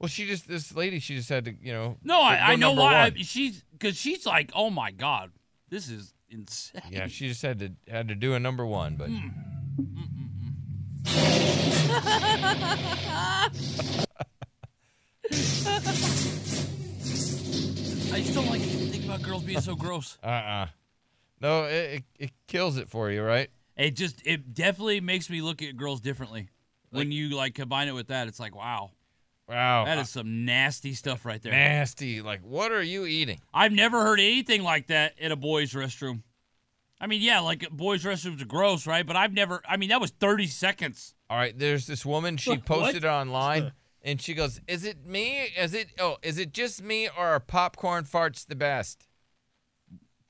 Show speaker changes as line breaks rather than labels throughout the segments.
Well, she just this lady. She just had to, you know.
No,
go
I, I know
number
why.
one.
I, she's because she's like, oh my god, this is insane.
yeah, she just had to had to do a number one, but
Hmm. I just don't like to think about girls being so gross.
uh, uh no, it, it it kills it for you, right?
It just it definitely makes me look at girls differently. When you like combine it with that, it's like wow,
Wow, uh,
that is some nasty stuff right there.
nasty. Like, what are you eating?
I've never heard anything like that in a boys' restroom. I mean, yeah, like boys' restrooms are gross, right? But I've never. I mean, that was thirty seconds.
All right, there's this woman. She
What?
posted it online, and she goes, "Is it me? Is it oh? Is it just me or are popcorn farts the best?"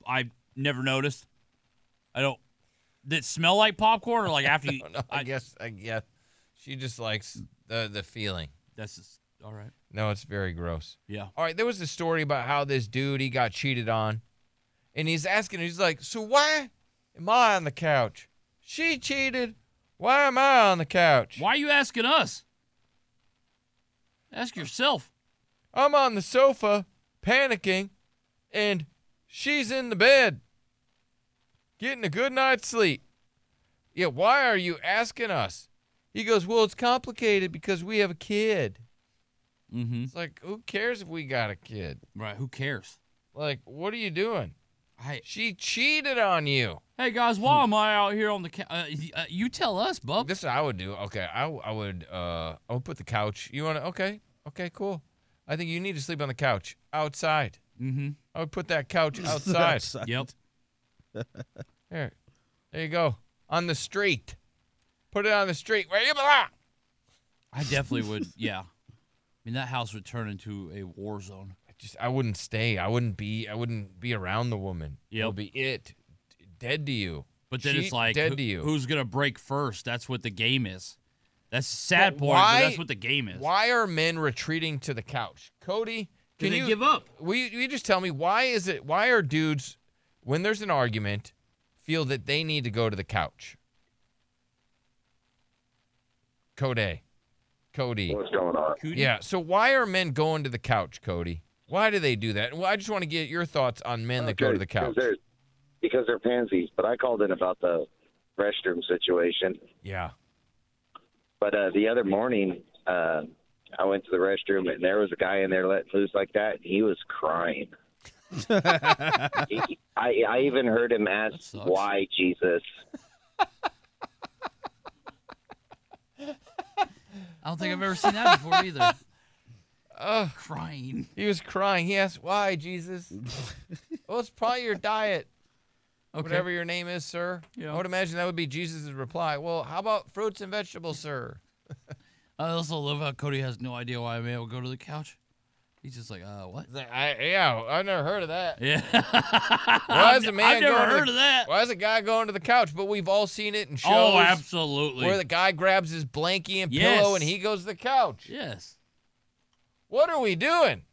I never noticed. I don't. Did it smell like popcorn or like after you?
No, I, guess I guess she just likes the the feeling.
That's just, all right.
No, it's very gross.
Yeah.
All right, there was a story about how this dude he got cheated on, and he's asking, he's like, "So why am I on the couch? She cheated. Why am I on the couch?
Why are you asking us? Ask yourself.
I'm on the sofa, panicking, and she's in the bed, getting a good night's sleep. Yeah, why are you asking us?" He goes, "Well, it's complicated because we have a kid."
Mm-hmm.
It's like, who cares if we got a kid?
Right. Who cares?
Like, what are you doing?
I,
She cheated on you.
hey guys, why am I out here on the? Ca- uh, y- uh, you tell us, bub.
This is what I would do. Okay, I, I would uh I would put the couch. You want to? Okay, okay, cool. I think you need to sleep on the couch outside.
Mm-hmm.
I would put that couch outside.
Yep.
Here, there you go. On the street. Put it on the street where you belong.
I definitely would. Yeah. I mean, that house would turn into a war zone.
I just I wouldn't stay. I wouldn't be. I wouldn't be around the woman.
Yep.
It'll be it. D- Dead to you.
But then
Cheat,
it's like,
dead
who-
to you.
who's gonna break first? That's what the game is. That's sad
But
porn,
why-
but that's what the game is.
Why are men retreating to the couch? Cody,
Did
can
they
you
give up?
Will you, will you just tell me why is it why are dudes when there's an argument feel that they need to go to the couch? Cody. Cody.
What's going on?
Cootie?
Yeah, so why are men going to the couch, Cody? Why do they do that? Well, I just want to get your thoughts on men that go to the
Uh, Because
couch.
they're- Because they're pansies. But I called in about the restroom situation.
Yeah.
But uh, the other morning, uh, I went to the restroom and there was a guy in there letting loose like that. And he was crying. He- I, I even heard him
That
ask,
sucks.
"Why Jesus?"
I don't think I've ever seen that before either. Crying.
He was crying. He asked, "Why, Jesus?" well, it's probably your diet.
Okay.
whatever your name is, sir.
Yeah.
I would imagine that would be Jesus' reply. Well, how about fruits and vegetables, sir?
I also love how Cody has no idea why a man would go to the couch. He's just like, uh, what?
It's like, I, yeah, I've never heard of that.
Yeah.
Why
I've,
is a
I've
man
never
going to the-
heard of that.
Why is a guy going to the couch? But we've all seen it in shows
Oh, absolutely.
where the guy grabs his blankie and
Yes.
pillow and he goes to the couch.
yes.
What are we doing?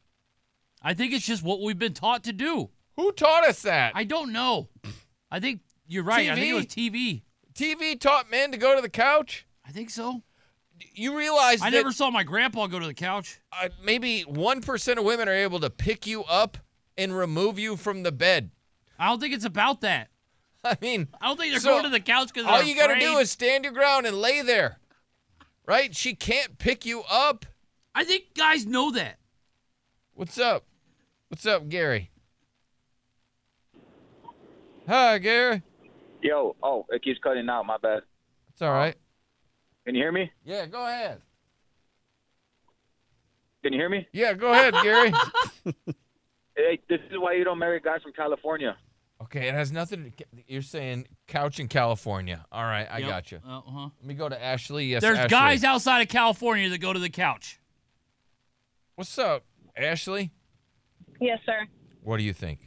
I think it's just what we've been taught to do.
Who taught us that?
I don't know. I think you're right. I think it was TV.
TV taught men to go to the couch.
I think so.
You realize
I
that
never saw my grandpa go to the couch.
uh, maybe one percent of women are able to pick you up and remove you from the bed.
I don't think it's about that.
I mean,
I don't think they're
So,
going to the couch because
All you got to do is stand your ground and lay there. Right? She can't pick you up.
I think guys know that.
What's up? What's up, Gary? Hi, Gary.
Yo, oh, it keeps cutting out. My bad.
It's all right.
Oh,
Can you hear me?
Yeah, go ahead.
Can you hear me?
Yeah, go ahead, Gary.
Hey, this is why you don't marry a guy from California.
Okay, it has nothing to you're saying couch in California. All right, I
Yep.
got you.
Uh-huh.
Let me go to Ashley. Yes,
There's
Ashley.
guys outside of California that go to the couch.
What's up, Ashley?
Yes, sir.
What do you think?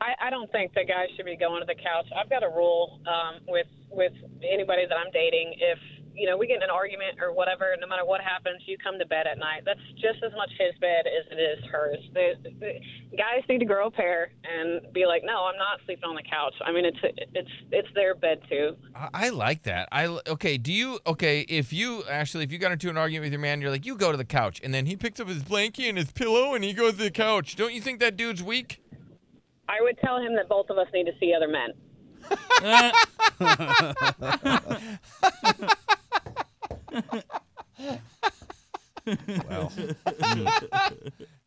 I, I don't think that guys should be going to the couch. I've got a rule um, with with anybody that I'm dating. If you know, we get in an argument or whatever, no matter what happens, you come to bed at night. That's just as much his bed as it is hers. The, the guys need to grow a pair and be like, no, I'm not sleeping on the couch. I mean, it's it's it's their bed too.
I, I like that. I li- okay. Do you okay? If you actually, if you got into an argument with your man, you're like, you go to the couch, and then he picks up his blankie and his pillow, and he goes to the couch. Don't you think that dude's weak?
I would tell him that both of us need to see other men.
Uh,
Well,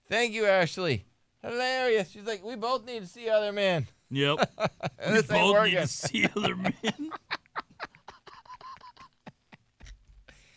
Thank you, Ashley. Hilarious. She's like, we both need to see other men.
yep.
This ain't
Both need
working.
to see other men.